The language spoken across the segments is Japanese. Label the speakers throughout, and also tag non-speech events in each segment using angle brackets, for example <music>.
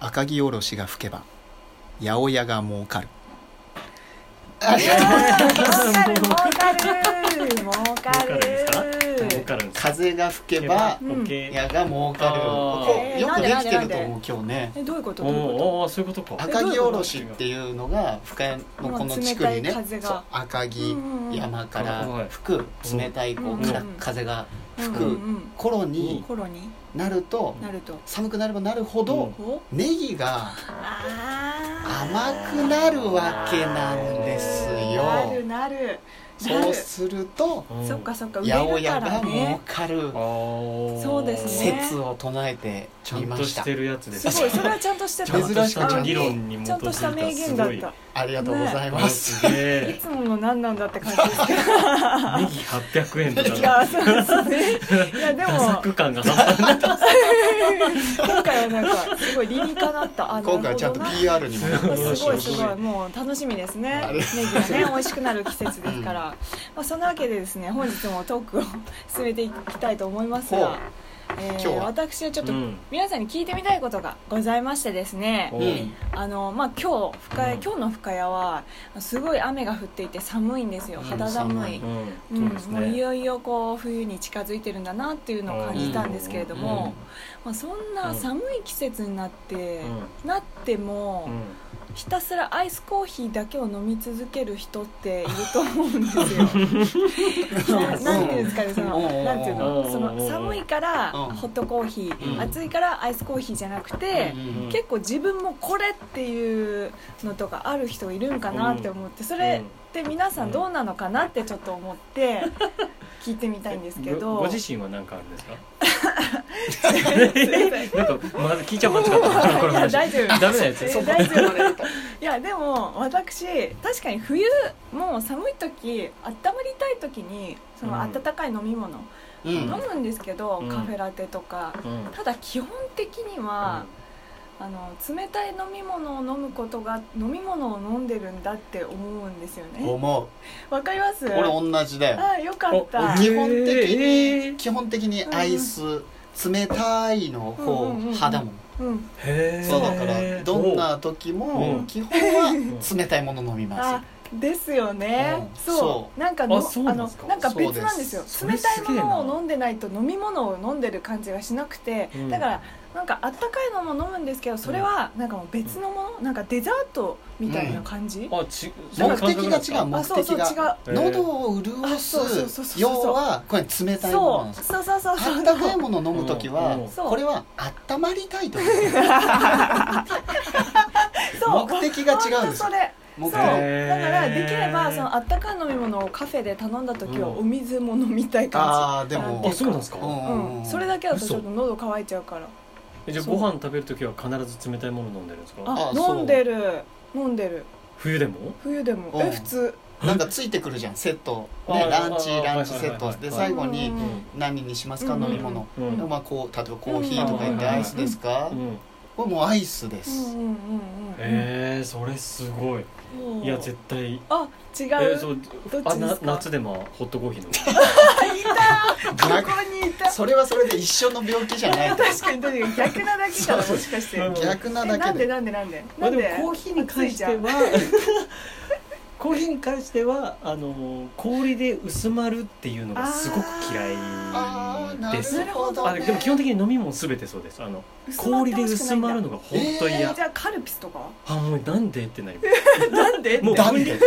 Speaker 1: 赤城おろしが吹けば八百屋が儲かる
Speaker 2: ありがとうございます
Speaker 3: 儲かる儲かる儲かる
Speaker 2: 儲かるんですか
Speaker 1: 風が吹けば
Speaker 3: うん
Speaker 2: 儲け
Speaker 1: 矢が儲かる
Speaker 2: あ
Speaker 1: こ
Speaker 3: ー
Speaker 1: うよくできてると思う今日ね
Speaker 3: えどういうこと
Speaker 2: お
Speaker 3: どういうこ
Speaker 2: ーおーそういうことか
Speaker 1: 赤城おろしっていうのが深谷のこの地区にね
Speaker 3: この冷たい風が
Speaker 1: そう赤城山から吹く
Speaker 2: うん
Speaker 1: 冷たいこ
Speaker 3: うん
Speaker 1: うから風が
Speaker 3: と
Speaker 1: 吹
Speaker 3: うんう
Speaker 1: く
Speaker 3: ん
Speaker 1: 頃
Speaker 3: うん
Speaker 1: に
Speaker 3: 頃に
Speaker 1: なると
Speaker 3: なると
Speaker 1: 寒くなればなるほど
Speaker 3: お
Speaker 1: ネギが
Speaker 3: あ
Speaker 1: 甘くなるわけなんです
Speaker 3: ーなる
Speaker 1: よ
Speaker 3: なるな
Speaker 1: そう
Speaker 3: る
Speaker 1: すると
Speaker 2: うん
Speaker 3: そっかそっか
Speaker 1: 八
Speaker 3: 植え
Speaker 1: 百
Speaker 3: るか
Speaker 1: 屋
Speaker 3: ら
Speaker 1: が儲
Speaker 3: ね
Speaker 1: かる
Speaker 2: あー
Speaker 3: そうですね
Speaker 1: 説を唱えて
Speaker 2: ちゃ
Speaker 1: み
Speaker 2: ん
Speaker 1: ま
Speaker 2: と
Speaker 1: し
Speaker 2: したてるやつです
Speaker 3: すごいそれはちゃんとして
Speaker 1: 珍しく
Speaker 2: ちゃんとした理論に基
Speaker 3: ちゃんとした名言だっ
Speaker 2: づいた
Speaker 3: た
Speaker 1: ありがとうござい
Speaker 2: すごい
Speaker 1: ます
Speaker 2: すげ
Speaker 3: い
Speaker 2: え
Speaker 3: つもの何なんだって感じですけど
Speaker 2: ネギ800円と
Speaker 3: い
Speaker 2: か
Speaker 3: やそうですねいやでも
Speaker 2: ダサく感が半端ない
Speaker 3: 今回はなんかすごい理にかなったあ
Speaker 1: 今回はちゃんと
Speaker 3: なる
Speaker 1: PR にもなって
Speaker 3: ほどな
Speaker 1: ま
Speaker 3: すごいす
Speaker 1: よ
Speaker 3: ごいもう楽しみですね
Speaker 1: あ
Speaker 3: ネ
Speaker 1: り
Speaker 3: ギがね美味しくなる季節ですから、まあ、そんなわけでですね本日もトークを進めていきたいと思います
Speaker 1: ほう
Speaker 3: が、えー
Speaker 1: 今日は
Speaker 3: 私はちょっと
Speaker 2: うん
Speaker 3: 皆さんに聞いてみたいことがございましてですね、
Speaker 2: お
Speaker 1: うん
Speaker 3: あのまあ、今日深谷、
Speaker 2: うん
Speaker 3: 今日の深谷はすごい雨が降っていて寒いんですよ
Speaker 1: うん
Speaker 3: 肌寒い、
Speaker 2: う
Speaker 3: うんん
Speaker 2: そうです
Speaker 3: もうい
Speaker 2: ね
Speaker 3: よいよこう冬に近づいてるんだなっていうのを感じたんですけれども、まあ、そんな寒い季節になって、なっても、
Speaker 2: う
Speaker 3: ひたすらアイスコーヒーだけを飲み続ける人っていると思うんですよななんていうんですかねそ
Speaker 1: うん
Speaker 3: のなんていう
Speaker 2: う
Speaker 3: の
Speaker 2: ん
Speaker 3: その寒いから
Speaker 1: うん
Speaker 3: ホットコーヒ
Speaker 1: うん
Speaker 3: ー暑いからアイスコーヒーじゃなくて
Speaker 1: うん
Speaker 2: うん
Speaker 3: 結構自分もこれっていうのとかある人いるんかなって思ってそれって皆さんどうなのかなってちょっと思って聞いてみたいんですけ
Speaker 2: んご
Speaker 3: ど
Speaker 2: ご自身は何かあるんです
Speaker 3: <laughs>
Speaker 2: かなんかまず聞いちゃまずかったなこの
Speaker 3: いや
Speaker 2: 話
Speaker 3: 大丈夫
Speaker 2: ダメなやつ
Speaker 3: えー大丈夫ですかいやでも私確かに冬もう寒い時温まりたい時にその
Speaker 2: うん
Speaker 3: 温かい飲み物、
Speaker 1: うん
Speaker 3: 飲むんですけど、
Speaker 2: うん
Speaker 3: カフェラテとか
Speaker 2: うん
Speaker 3: ただ基本的には、あの冷たい飲み物を飲むことが飲み物を飲んでるんだって思うんですよね
Speaker 1: 思
Speaker 3: わかります
Speaker 1: う俺同じだよ
Speaker 3: あよかった
Speaker 1: お基本的に
Speaker 2: へー
Speaker 1: 基本的にアイス冷たいの
Speaker 3: うんうんう
Speaker 1: 方
Speaker 3: んうん
Speaker 1: 派だもん
Speaker 3: うん
Speaker 2: へー
Speaker 1: そうだからどんな時
Speaker 2: う
Speaker 1: も
Speaker 2: ん
Speaker 1: 基本は冷たいもの飲みます
Speaker 3: あですよね、
Speaker 1: うん
Speaker 3: そう
Speaker 1: そ
Speaker 3: なんかの
Speaker 2: あそうなんですか
Speaker 3: あのなんか別なんですよ
Speaker 2: そうで
Speaker 3: 冷
Speaker 2: す
Speaker 3: たいも
Speaker 2: それすげえ
Speaker 3: の
Speaker 2: な
Speaker 3: を飲んでないと飲み物を飲んでる感じがしなくて、
Speaker 2: うん
Speaker 3: だからなんかあったかいのも飲むんですけどそれはなんかもう別のもの、なんかデザートみたいな感じ、
Speaker 2: おあち
Speaker 1: 目的が
Speaker 2: そういう感覚なんですか
Speaker 1: 違うもん
Speaker 3: あそうそう違う
Speaker 1: 目的
Speaker 2: へー
Speaker 1: 喉を潤
Speaker 3: あそうそうそう
Speaker 1: す
Speaker 3: そうそう
Speaker 1: 要はこれ冷たいもの
Speaker 3: そ
Speaker 1: なん
Speaker 3: う
Speaker 1: です
Speaker 3: そうそうそう
Speaker 1: あ
Speaker 3: そう
Speaker 1: ったかいもの飲む時
Speaker 2: うんう
Speaker 1: は
Speaker 2: ん
Speaker 3: そう
Speaker 1: これはあったまりたい時
Speaker 3: そう
Speaker 1: 目的が違うんです
Speaker 3: ほとそれ
Speaker 1: 目
Speaker 3: そう
Speaker 1: 的
Speaker 3: だ
Speaker 1: は
Speaker 3: からできればそのあったかい飲み物をカフェで頼んだ時は
Speaker 2: うん
Speaker 3: お水も飲みたい感
Speaker 1: ああで
Speaker 3: あ
Speaker 1: も
Speaker 2: あそうなんですか
Speaker 1: う
Speaker 3: じ、
Speaker 1: ん
Speaker 3: うんそれだけだとちょっと喉乾いちゃうから
Speaker 2: えじゃあご飯食べるときは必ず冷たいもの飲んでるんですか
Speaker 3: あ
Speaker 1: あそう
Speaker 3: 飲んでる飲んでる
Speaker 2: 冬でも
Speaker 3: 冬でも
Speaker 1: う
Speaker 3: え
Speaker 1: ん
Speaker 3: 普通
Speaker 1: なんかついてくるじゃんセット
Speaker 2: あ
Speaker 1: ね
Speaker 2: ー
Speaker 1: ランチ
Speaker 2: あー
Speaker 1: ランチ
Speaker 2: はい
Speaker 1: セ
Speaker 2: は
Speaker 1: ッ
Speaker 2: いはい
Speaker 1: トで最後に
Speaker 3: うん
Speaker 1: 何にしますか
Speaker 3: うん
Speaker 1: 飲み物
Speaker 2: うんうん
Speaker 1: まあこう例えばコーヒーとか言って
Speaker 2: うん
Speaker 1: アイスですか
Speaker 2: うん
Speaker 1: これもうアイスで
Speaker 3: うん
Speaker 1: す
Speaker 3: うんうんうん
Speaker 2: えーそれすご
Speaker 3: そ
Speaker 2: い
Speaker 3: う
Speaker 2: いや絶対
Speaker 3: あ違
Speaker 2: え
Speaker 3: う
Speaker 2: そう
Speaker 3: どっち
Speaker 2: あ
Speaker 3: で
Speaker 2: な
Speaker 3: すか
Speaker 2: 夏でもホットコーヒー飲む
Speaker 3: ここにいた
Speaker 1: それはそれで一緒の病気じゃない
Speaker 3: 確かに確かに逆なだけかなもしかして
Speaker 2: そう
Speaker 1: 逆な
Speaker 3: え
Speaker 1: だ
Speaker 3: な
Speaker 1: け
Speaker 3: ん
Speaker 1: で
Speaker 3: でなんでなんで <laughs> な
Speaker 2: まあ、
Speaker 3: ん
Speaker 2: で
Speaker 3: で
Speaker 2: もコーヒーに関して
Speaker 3: 暑いじ
Speaker 2: は <laughs> コーヒーに関してはあの氷で薄まるっていうのがすご
Speaker 1: あ
Speaker 2: く
Speaker 1: ー
Speaker 2: 嫌
Speaker 1: ない
Speaker 2: です
Speaker 1: るほど
Speaker 2: あ
Speaker 1: ね
Speaker 2: でも基本的に飲み物すべてそうですあの
Speaker 3: ゃん
Speaker 2: 氷で薄まるの
Speaker 3: が
Speaker 2: が本当
Speaker 3: え
Speaker 2: 嫌、
Speaker 3: ーじゃあカルピスとか
Speaker 2: あもうなんでってなりま
Speaker 3: <laughs> なんで
Speaker 2: もう
Speaker 1: ダンで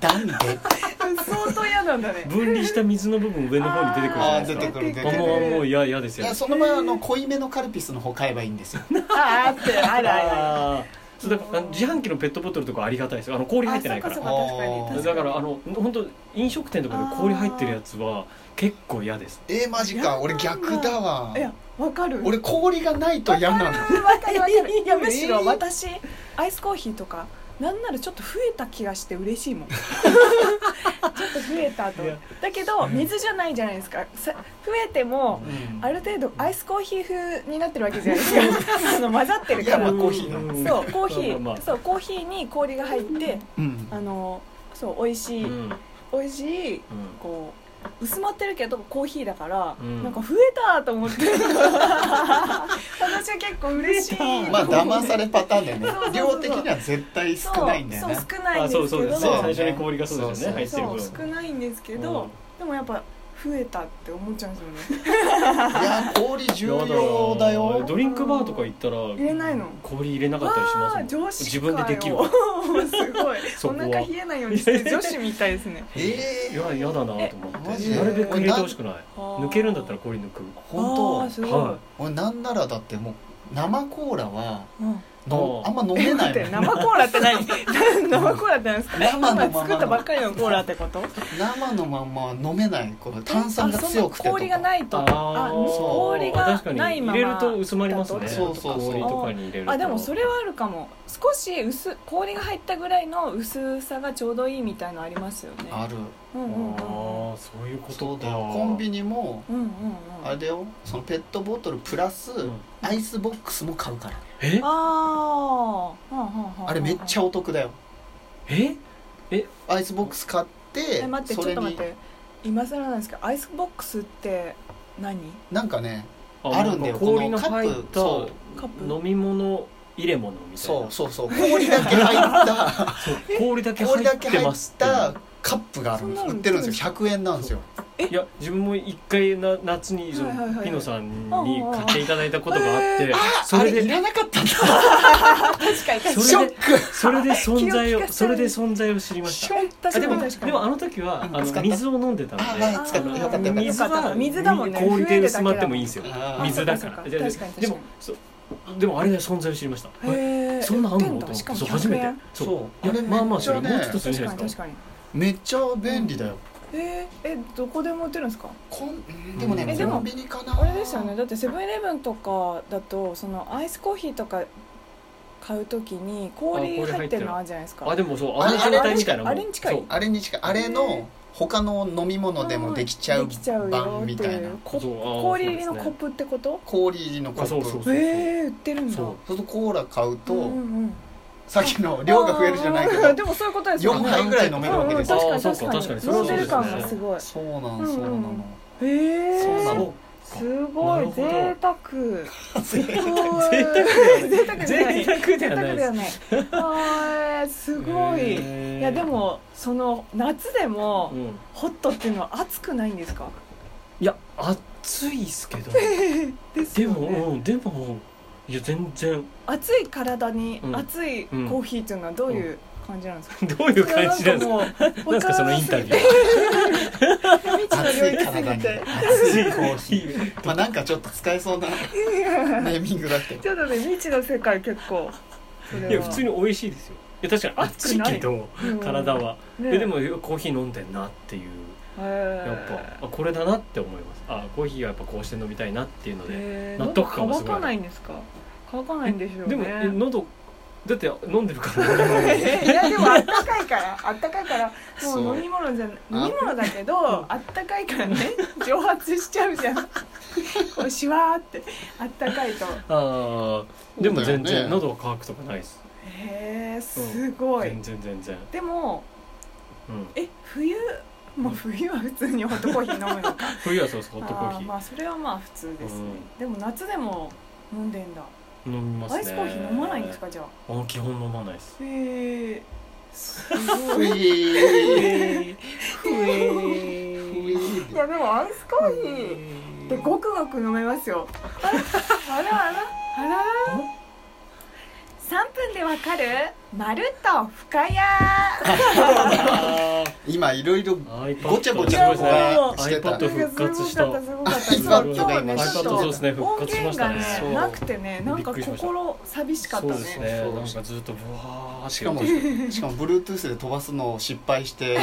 Speaker 1: ダンで
Speaker 3: 相当嫌なんだね
Speaker 2: す分離した水の部分上の方に出てくるじゃない
Speaker 1: あー出
Speaker 2: で
Speaker 1: て
Speaker 2: すか
Speaker 1: くる出
Speaker 2: あ
Speaker 1: てく
Speaker 2: もうもう嫌嫌です
Speaker 1: い
Speaker 2: よ
Speaker 1: やその前はあの濃いめのカルピスの方買えばいいんですよ
Speaker 3: あーってあらあら
Speaker 2: あーそうだからあの自販機のペットボトルとかありがたいですよあの氷入ってないから
Speaker 3: あそっかそっか確か
Speaker 1: あ
Speaker 3: に
Speaker 1: ー
Speaker 2: だからあの本当飲食店とかで氷入ってるやつは結構嫌です
Speaker 1: えーマジか俺逆だわ
Speaker 3: いやわかる
Speaker 1: 俺氷がないと嫌なの
Speaker 3: わかるわかるいやむしろ私アイスコーヒーとかなんならちょっと増えた気がして嬉しいもん
Speaker 2: <laughs>
Speaker 3: ちょっと増えたと
Speaker 2: いや
Speaker 3: だけど水じゃないじゃないですかさ増えても
Speaker 1: うん
Speaker 3: ある程度アイスコーヒー風になってるわけじゃないですか
Speaker 2: <laughs>
Speaker 3: あの混ざってるか
Speaker 1: いやま
Speaker 3: ら
Speaker 1: あコーヒー
Speaker 2: うん
Speaker 3: そうコーヒー、
Speaker 2: まあまあまあ
Speaker 3: そうコーヒーに氷が入って
Speaker 1: うん
Speaker 3: あのそう美味しい、
Speaker 2: うんうん
Speaker 3: 美味しいこう薄まってるけどコーヒーだから、
Speaker 2: うん
Speaker 3: なんか増えたと思って私は結構嬉しい
Speaker 1: まあ騙されパターンだよね
Speaker 3: そうそうそう
Speaker 1: 量的には絶対少ないんだよね
Speaker 3: そうそう少ないん
Speaker 2: あ
Speaker 3: ですけ
Speaker 2: そ
Speaker 3: ど
Speaker 2: うそうですね
Speaker 1: そう
Speaker 2: 最初に氷がそうですよね入ってる
Speaker 3: そう
Speaker 2: 分
Speaker 3: 少ないんですけど、でもやっぱ増えたって思っちゃうんですよね
Speaker 1: いや氷重要だ
Speaker 2: や
Speaker 1: よ
Speaker 2: ドリンクバーとか行ったら
Speaker 3: 入れないの
Speaker 2: 氷入れなかったりし
Speaker 3: わ
Speaker 2: ま
Speaker 3: あ
Speaker 2: すもん
Speaker 3: 女子
Speaker 2: 自分でできる
Speaker 3: かよすごい
Speaker 2: <laughs> そこは
Speaker 3: お腹冷えないようにして女子みたいですね
Speaker 1: え
Speaker 2: い
Speaker 1: え
Speaker 2: や嫌だなと思っ
Speaker 1: マ
Speaker 2: て
Speaker 1: ジ
Speaker 2: なるべく入れてほしくない <laughs> 抜けるんだったら
Speaker 3: ら
Speaker 2: 氷抜く
Speaker 1: 本
Speaker 3: すごい、
Speaker 2: は
Speaker 1: 当俺なんならだってもう生コーラは
Speaker 3: うん
Speaker 1: の
Speaker 2: あ
Speaker 1: あん
Speaker 2: ー
Speaker 1: ま飲めない
Speaker 3: <laughs> 待
Speaker 1: もん
Speaker 3: って生コーラ
Speaker 2: <laughs>
Speaker 3: って何生コーラって何ですか
Speaker 1: 生のまま
Speaker 3: 今作ったばっかりのコーラってこと
Speaker 1: 生のまんまは飲めないこう炭酸が強くてと
Speaker 3: あそんな氷が
Speaker 1: か
Speaker 3: ないとあ
Speaker 2: ー
Speaker 1: そう
Speaker 3: 氷が
Speaker 2: 確かに
Speaker 3: ないまま
Speaker 2: 入れると薄まりますね
Speaker 1: そうそうそう
Speaker 2: 氷とかに入れると
Speaker 3: あでもそれはあるかも少し薄氷が入ったぐらいの薄さがちょうどいいみたいのありますよね
Speaker 1: ある
Speaker 3: うんう
Speaker 2: あ
Speaker 3: んうん
Speaker 2: ーそういうこ
Speaker 1: そ
Speaker 2: と
Speaker 1: う
Speaker 2: か
Speaker 1: だよコンビニも
Speaker 3: うんうんうん
Speaker 1: あれだよそのペットボトルプラス
Speaker 2: うん
Speaker 1: アイスボックスも買うから
Speaker 2: え
Speaker 3: あーはんはんはんはん
Speaker 1: あれめっちゃお得だよ
Speaker 2: え
Speaker 1: アイスボックス買って
Speaker 3: え待って
Speaker 1: そ
Speaker 3: ちょっ
Speaker 1: れ
Speaker 3: と待っ
Speaker 1: に
Speaker 3: て今更なんですけどアイスボックスって何
Speaker 1: なんかね
Speaker 2: あ
Speaker 1: あるんだよ
Speaker 2: なんか氷の
Speaker 1: このカップ
Speaker 2: 入った
Speaker 1: そ
Speaker 3: カップ
Speaker 2: 飲み物入れ物みたい
Speaker 1: そ
Speaker 2: な
Speaker 1: うそうそう氷だけ入った
Speaker 2: <laughs> そう氷だけ入
Speaker 1: 氷だけ
Speaker 2: って
Speaker 1: 入
Speaker 2: ま
Speaker 1: っ
Speaker 2: すっていう
Speaker 1: たカップがあるんです
Speaker 3: そんな
Speaker 1: 売
Speaker 3: の
Speaker 1: ってるんですよ100円なんですよ
Speaker 2: いや自分も一回な夏にそ
Speaker 3: はいはいはい
Speaker 2: の
Speaker 3: はい
Speaker 2: ピノさんに買っていただいたことがあっ
Speaker 3: うん
Speaker 2: て
Speaker 3: うん
Speaker 1: あ
Speaker 2: それ
Speaker 1: れい
Speaker 2: で
Speaker 1: らなかったんだ
Speaker 3: 確かに確か
Speaker 2: それ
Speaker 3: に
Speaker 1: ショック
Speaker 2: それで存在
Speaker 3: 気を利
Speaker 2: を
Speaker 3: かせる
Speaker 2: それで存在を知りまし
Speaker 3: 確
Speaker 2: た
Speaker 3: かに確
Speaker 2: あで
Speaker 3: か
Speaker 2: も
Speaker 3: に確か
Speaker 2: で
Speaker 3: に
Speaker 2: もあの時は
Speaker 1: うん
Speaker 2: あ
Speaker 1: 使
Speaker 2: の
Speaker 1: った
Speaker 2: 水を飲んでたの
Speaker 1: あはい
Speaker 2: で
Speaker 1: 使ったよかったよかった
Speaker 2: 水は
Speaker 3: 水だもんね
Speaker 2: 氷で薄まってもいいんですよ
Speaker 1: あー
Speaker 2: 水だから
Speaker 3: あそう
Speaker 2: で
Speaker 3: かそうか確かに
Speaker 2: でもそうでもあれで存在を知りました
Speaker 3: へー
Speaker 2: そんなあんの
Speaker 3: 売って
Speaker 2: と
Speaker 3: だ
Speaker 2: 思
Speaker 3: し
Speaker 2: っ
Speaker 3: か
Speaker 2: て
Speaker 3: も
Speaker 2: そう初め
Speaker 3: 100
Speaker 2: て
Speaker 3: 円
Speaker 2: そう
Speaker 1: あれ
Speaker 2: いやまあまあそれ
Speaker 1: め
Speaker 2: も
Speaker 1: っちゃね
Speaker 2: うちょっとす
Speaker 3: 確
Speaker 2: るじゃ
Speaker 3: か
Speaker 2: ない
Speaker 3: に
Speaker 2: で
Speaker 3: 確
Speaker 2: すか
Speaker 3: かに
Speaker 1: めっちゃ便利だよ
Speaker 3: えー、えどこでも売ってるんですか
Speaker 1: こんでもね
Speaker 2: うんえ
Speaker 3: でも
Speaker 1: コンビニかな
Speaker 3: あれですよねだってセブンイレブンとかだとそのアイスコーヒーとか買うときに氷
Speaker 2: あ氷
Speaker 3: 入
Speaker 2: 入
Speaker 3: っ
Speaker 2: ってて
Speaker 3: る
Speaker 2: る
Speaker 3: のあるじゃないですか
Speaker 2: あでもそう
Speaker 1: あ
Speaker 2: あの状態みたいなもん
Speaker 3: あれに近い
Speaker 2: そう
Speaker 1: あれに近いあれの他の飲み物でもできちゃう
Speaker 3: できちゃうよ
Speaker 1: 版みたい
Speaker 3: って
Speaker 1: な
Speaker 3: うコップ
Speaker 2: そうあー
Speaker 3: 氷入り
Speaker 2: そ
Speaker 3: の
Speaker 2: うです
Speaker 3: コッ
Speaker 2: ね
Speaker 3: プってこと
Speaker 1: 氷入りのコップ
Speaker 2: あそうそう
Speaker 1: そ
Speaker 2: そうう
Speaker 3: へえー、売ってるんだ
Speaker 2: そう
Speaker 1: するとコーラ買うと、
Speaker 3: うんうんうん
Speaker 1: さっきの量が増えるじゃないけ
Speaker 3: あー
Speaker 1: ど
Speaker 3: でもそういうことですよ
Speaker 1: 4
Speaker 3: ね
Speaker 1: 杯ぐらい飲めるわけですよ、
Speaker 2: よ
Speaker 3: うんうん、確かに
Speaker 2: あーそうか
Speaker 3: 確かに
Speaker 2: 確かに
Speaker 3: 飲んで
Speaker 1: そ
Speaker 3: る
Speaker 1: う
Speaker 3: 感
Speaker 1: ですね
Speaker 3: がすごい
Speaker 1: そうな
Speaker 3: う
Speaker 1: の
Speaker 3: ん
Speaker 1: そうなの、
Speaker 3: へえ
Speaker 1: そうな
Speaker 2: そ
Speaker 1: の
Speaker 2: う
Speaker 3: すご
Speaker 2: ないるほど
Speaker 3: 贅 <laughs> 沢贅沢じゃない <laughs> 贅沢では
Speaker 2: 贅沢ではないです
Speaker 3: ないあーすごい
Speaker 2: へー
Speaker 3: いやでもその夏でも
Speaker 2: うん
Speaker 3: ホットっていうのは暑くないんですか
Speaker 2: いや暑いっすけ
Speaker 3: <laughs>
Speaker 2: ど
Speaker 3: です
Speaker 2: で
Speaker 3: よ
Speaker 2: も、
Speaker 3: ね
Speaker 2: うん、でもいや全然 <laughs>
Speaker 3: 暑い体に
Speaker 2: うん
Speaker 3: 暑いコーヒーっていうのはどういう感じなんですか
Speaker 2: どういう
Speaker 3: いや
Speaker 2: 感じなんですか
Speaker 3: なんかもう
Speaker 2: なんすかそのインタビュー
Speaker 3: 未知の
Speaker 1: 暑
Speaker 3: 領
Speaker 1: い
Speaker 3: 域す
Speaker 1: 体
Speaker 3: ぎ
Speaker 1: に
Speaker 3: て
Speaker 1: 熱い
Speaker 2: <laughs>
Speaker 1: コーヒ
Speaker 3: <laughs>
Speaker 1: ーまあなんかちょっと使えそうなネーミングだって
Speaker 3: <laughs> ちょっとね未知の世界結構それはい
Speaker 2: や普通に美味しいですよいや確かに暑いけど
Speaker 3: うん
Speaker 2: 体は、
Speaker 3: ね
Speaker 2: えでもコーヒー飲んでんなっていう
Speaker 3: へ
Speaker 2: やっ
Speaker 3: ー
Speaker 2: ぱあこれだなって思いますあコーヒーはやっぱこうして飲みたいなっていうので
Speaker 3: えー
Speaker 2: 納得感はすごい
Speaker 3: 喉乾かないんですか乾かないんでしょうね
Speaker 2: で
Speaker 3: <laughs>
Speaker 2: もえ喉だって飲んでるから
Speaker 3: いやでもあったかいから
Speaker 2: <laughs>
Speaker 3: あったかいからも
Speaker 1: そうう
Speaker 3: 飲み物じゃ飲
Speaker 1: あ
Speaker 3: み物だけどあったかいから
Speaker 2: <laughs>
Speaker 3: ね蒸発しちゃうじゃんこうシュワーってあったかいと
Speaker 2: あーでも全
Speaker 1: そうだよ
Speaker 2: 然
Speaker 1: ね
Speaker 2: 喉は乾くとかないです
Speaker 3: へえすごい
Speaker 2: 全然全然、
Speaker 3: でも
Speaker 2: うん、
Speaker 3: え冬もう冬は普通にホットコーヒー飲むのか
Speaker 2: 冬はそう <laughs> そうホットコー
Speaker 3: あ
Speaker 2: ヒ
Speaker 3: ー
Speaker 2: ー、
Speaker 3: まあそれはまあ普通ですねでも夏でも飲んでんだ
Speaker 2: 飲みますね
Speaker 3: アイスコーヒー飲まないんですかじゃあ
Speaker 2: あ基本飲まないです
Speaker 3: へえす
Speaker 1: ふ
Speaker 3: ご
Speaker 1: い
Speaker 3: い
Speaker 1: ーふ
Speaker 3: い
Speaker 1: い
Speaker 3: やでもアイスコーヒーでごくごく飲めますよあらあらあらあら3分でわかるまるっと深谷
Speaker 2: あー
Speaker 1: 今いろいろ
Speaker 2: iPad
Speaker 1: ごちゃごち
Speaker 3: ゃ
Speaker 2: そうですね
Speaker 3: いやもう
Speaker 2: iPad 復活した
Speaker 3: なんかすごかった
Speaker 1: あ
Speaker 3: すごかった
Speaker 1: iPad
Speaker 3: そう今日ね
Speaker 1: が
Speaker 3: ちょっ
Speaker 2: iPad
Speaker 3: と
Speaker 2: そうですね復
Speaker 3: 音
Speaker 2: 活しま
Speaker 3: 源
Speaker 2: し
Speaker 3: が
Speaker 2: たね
Speaker 3: ね
Speaker 1: そう
Speaker 3: なくてねなんか
Speaker 2: びっくりしました
Speaker 3: 心寂しかった
Speaker 2: そう
Speaker 3: ね
Speaker 2: ですね
Speaker 1: そう
Speaker 2: なんかずっとブワーって
Speaker 1: しかもしかも Bluetooth で飛ばすのを失敗して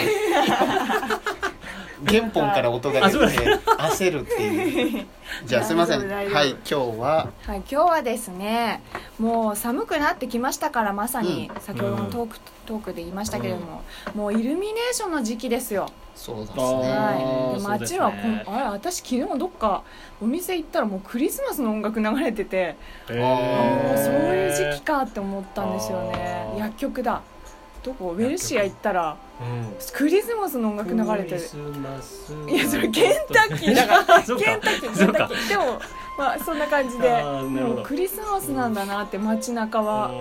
Speaker 1: 原本から音が出てて焦るっていうじゃあすいませんは
Speaker 3: 大
Speaker 1: い
Speaker 3: 丈
Speaker 1: 今
Speaker 3: 夫大丈夫
Speaker 1: 日は
Speaker 3: <laughs> はい、今日はですねもう寒くなってきましたからまさに
Speaker 1: う
Speaker 3: 先ほどのトーク,、トークで言いましたけれども、もうイルミネーションの時期ですよ、
Speaker 1: そうです
Speaker 2: あ
Speaker 1: ね
Speaker 2: ー
Speaker 3: はいで、
Speaker 2: そうで
Speaker 3: 街
Speaker 2: すね
Speaker 3: はこん、あれ私昨日どっかお店行ったらもうクリスマスの音楽流れてて、
Speaker 2: あ
Speaker 1: へー
Speaker 3: あもうそういう時期かって思ったんですよね
Speaker 2: あー
Speaker 3: 薬局だどこウェルシア行ったら
Speaker 2: うん
Speaker 3: クリスマスの音楽流れてる
Speaker 2: クリスマス
Speaker 3: いやそれケンタッキーだから
Speaker 2: そう
Speaker 3: ケン
Speaker 2: か
Speaker 3: タッキーケ
Speaker 2: そ
Speaker 3: ン
Speaker 2: う
Speaker 3: タ
Speaker 2: か
Speaker 3: ッキーでもまあそんな感じで
Speaker 2: あーなるほど
Speaker 3: もうクリスマスなんだなって街中
Speaker 2: う
Speaker 3: は、
Speaker 2: ん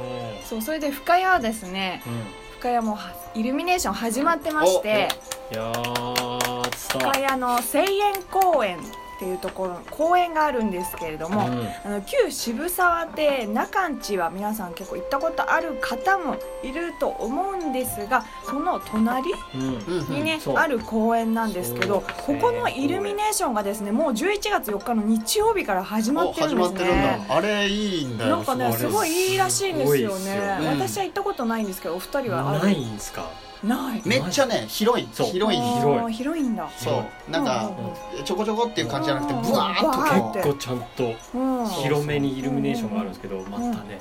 Speaker 3: そうそれで深谷はですね
Speaker 2: うん
Speaker 3: 深谷もはイルミネーション始まってまして
Speaker 2: いやー伝
Speaker 3: 深
Speaker 2: わ
Speaker 3: 谷の千円公園っていうところ公園があるんですけれども、
Speaker 2: うん
Speaker 3: あの旧渋沢で中んちは皆さん結構行ったことある方もいると思うんですがその隣
Speaker 2: うん
Speaker 3: にね、
Speaker 2: そう
Speaker 3: ある公園なんですけど
Speaker 2: そうです
Speaker 3: こ
Speaker 2: ね
Speaker 3: このイルミネーションがですねもう11月4日の日曜日から始ま
Speaker 1: お
Speaker 3: ってる
Speaker 1: 始
Speaker 3: んで
Speaker 1: まっ
Speaker 3: す
Speaker 1: てるん
Speaker 3: ね。
Speaker 1: だあれいいんだよ
Speaker 3: なんかね
Speaker 2: あれ
Speaker 3: すごいいいらしいんですよ
Speaker 2: すごいっす
Speaker 3: ね
Speaker 2: よね
Speaker 3: 私は行ったことないんですけどお二人はある
Speaker 2: ないんすか
Speaker 3: ない
Speaker 1: めっちゃね広い
Speaker 2: そう
Speaker 1: 広い
Speaker 3: あー
Speaker 2: 広
Speaker 3: 広いんだ
Speaker 1: そうなんか
Speaker 3: うんうん
Speaker 1: ちょこちょこっていう感じじゃなくて
Speaker 3: うん
Speaker 1: ブワーっと
Speaker 3: 結
Speaker 2: こうちゃんと
Speaker 3: うんうん
Speaker 2: 広めにイルミネーションがあるんですけどまたね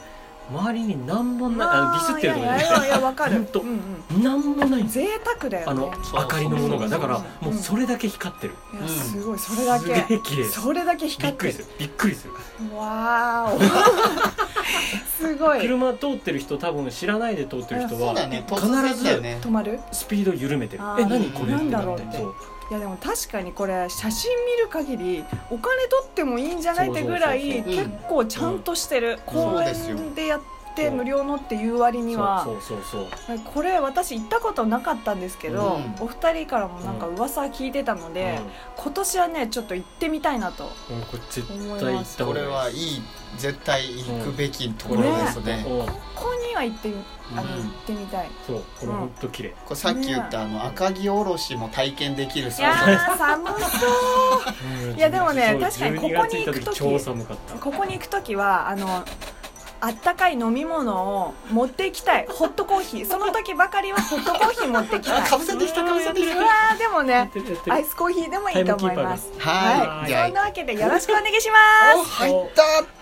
Speaker 2: 周りに何もないあ
Speaker 3: まあ
Speaker 2: のディスってるとか
Speaker 3: い
Speaker 2: ね
Speaker 3: やいやいやわ
Speaker 2: <laughs>
Speaker 3: かる
Speaker 2: ほんと
Speaker 3: うんうん
Speaker 2: 何もないんですよ
Speaker 3: 贅沢だよね
Speaker 2: あの
Speaker 1: そう
Speaker 2: 明かりのものがだから
Speaker 3: うん
Speaker 2: もうそれだけ光ってる
Speaker 3: いや
Speaker 1: うん
Speaker 3: すごいそれだ
Speaker 2: すげ
Speaker 3: け
Speaker 2: え綺麗です
Speaker 3: それだけ
Speaker 2: び
Speaker 3: 光
Speaker 2: っ
Speaker 3: っ
Speaker 2: く
Speaker 3: て
Speaker 2: り
Speaker 3: る
Speaker 2: するびっくりする
Speaker 3: わーおすごい
Speaker 2: 車通ってる人多分知らないで通ってる
Speaker 1: そ
Speaker 2: 人
Speaker 1: うだよ
Speaker 2: は
Speaker 1: ね
Speaker 2: 必
Speaker 1: 突然だよ
Speaker 2: ず
Speaker 1: ね
Speaker 3: 止まる
Speaker 2: スピード緩めてる
Speaker 3: あー
Speaker 2: え何これ
Speaker 3: なんだろう
Speaker 2: ってなってそう
Speaker 3: いやでも確かにこれ写真見る限りお金取ってもいいんじゃないってぐらい
Speaker 1: そうそうそう
Speaker 3: 結構ちゃんとしてる公
Speaker 1: そうですよ
Speaker 3: 園でやって無料のっていう割には
Speaker 2: そうそうそう
Speaker 3: これ私行ったことなかったんですけど
Speaker 1: うん
Speaker 3: お二人からもなんか噂聞いてたので今年はねちょっと行ってみたいなと
Speaker 2: うんこれ絶対行った
Speaker 1: こ
Speaker 2: 方
Speaker 1: れ
Speaker 2: が
Speaker 1: はい
Speaker 2: い
Speaker 1: いい絶対行くべきところですね
Speaker 2: うん
Speaker 3: ここには行ってみあの
Speaker 1: うん
Speaker 3: 行ってみたい
Speaker 2: そうこれほんと綺麗
Speaker 1: これさっき言ったあの赤城おろしも体験できる
Speaker 3: い
Speaker 1: そう
Speaker 3: や
Speaker 1: です
Speaker 3: ー寒そういやでもね
Speaker 2: そう
Speaker 3: 確かにここに行く時
Speaker 2: 12月超寒かった
Speaker 3: ここに行く時はあのあったかい飲み物を持っていきたいホットコーヒーその時ばかりはホットコーヒー持っていき <laughs> たい
Speaker 1: かぶせてきたかぶせてき
Speaker 3: う
Speaker 1: た
Speaker 3: わーでも
Speaker 2: やっ
Speaker 3: ね
Speaker 2: てるやってる
Speaker 3: アイスコーヒーでもいいと思います
Speaker 1: はい
Speaker 3: は
Speaker 1: じ
Speaker 3: い
Speaker 1: ゃ
Speaker 3: そ
Speaker 1: あ
Speaker 3: んなわけでよろしくお願いします
Speaker 1: お入った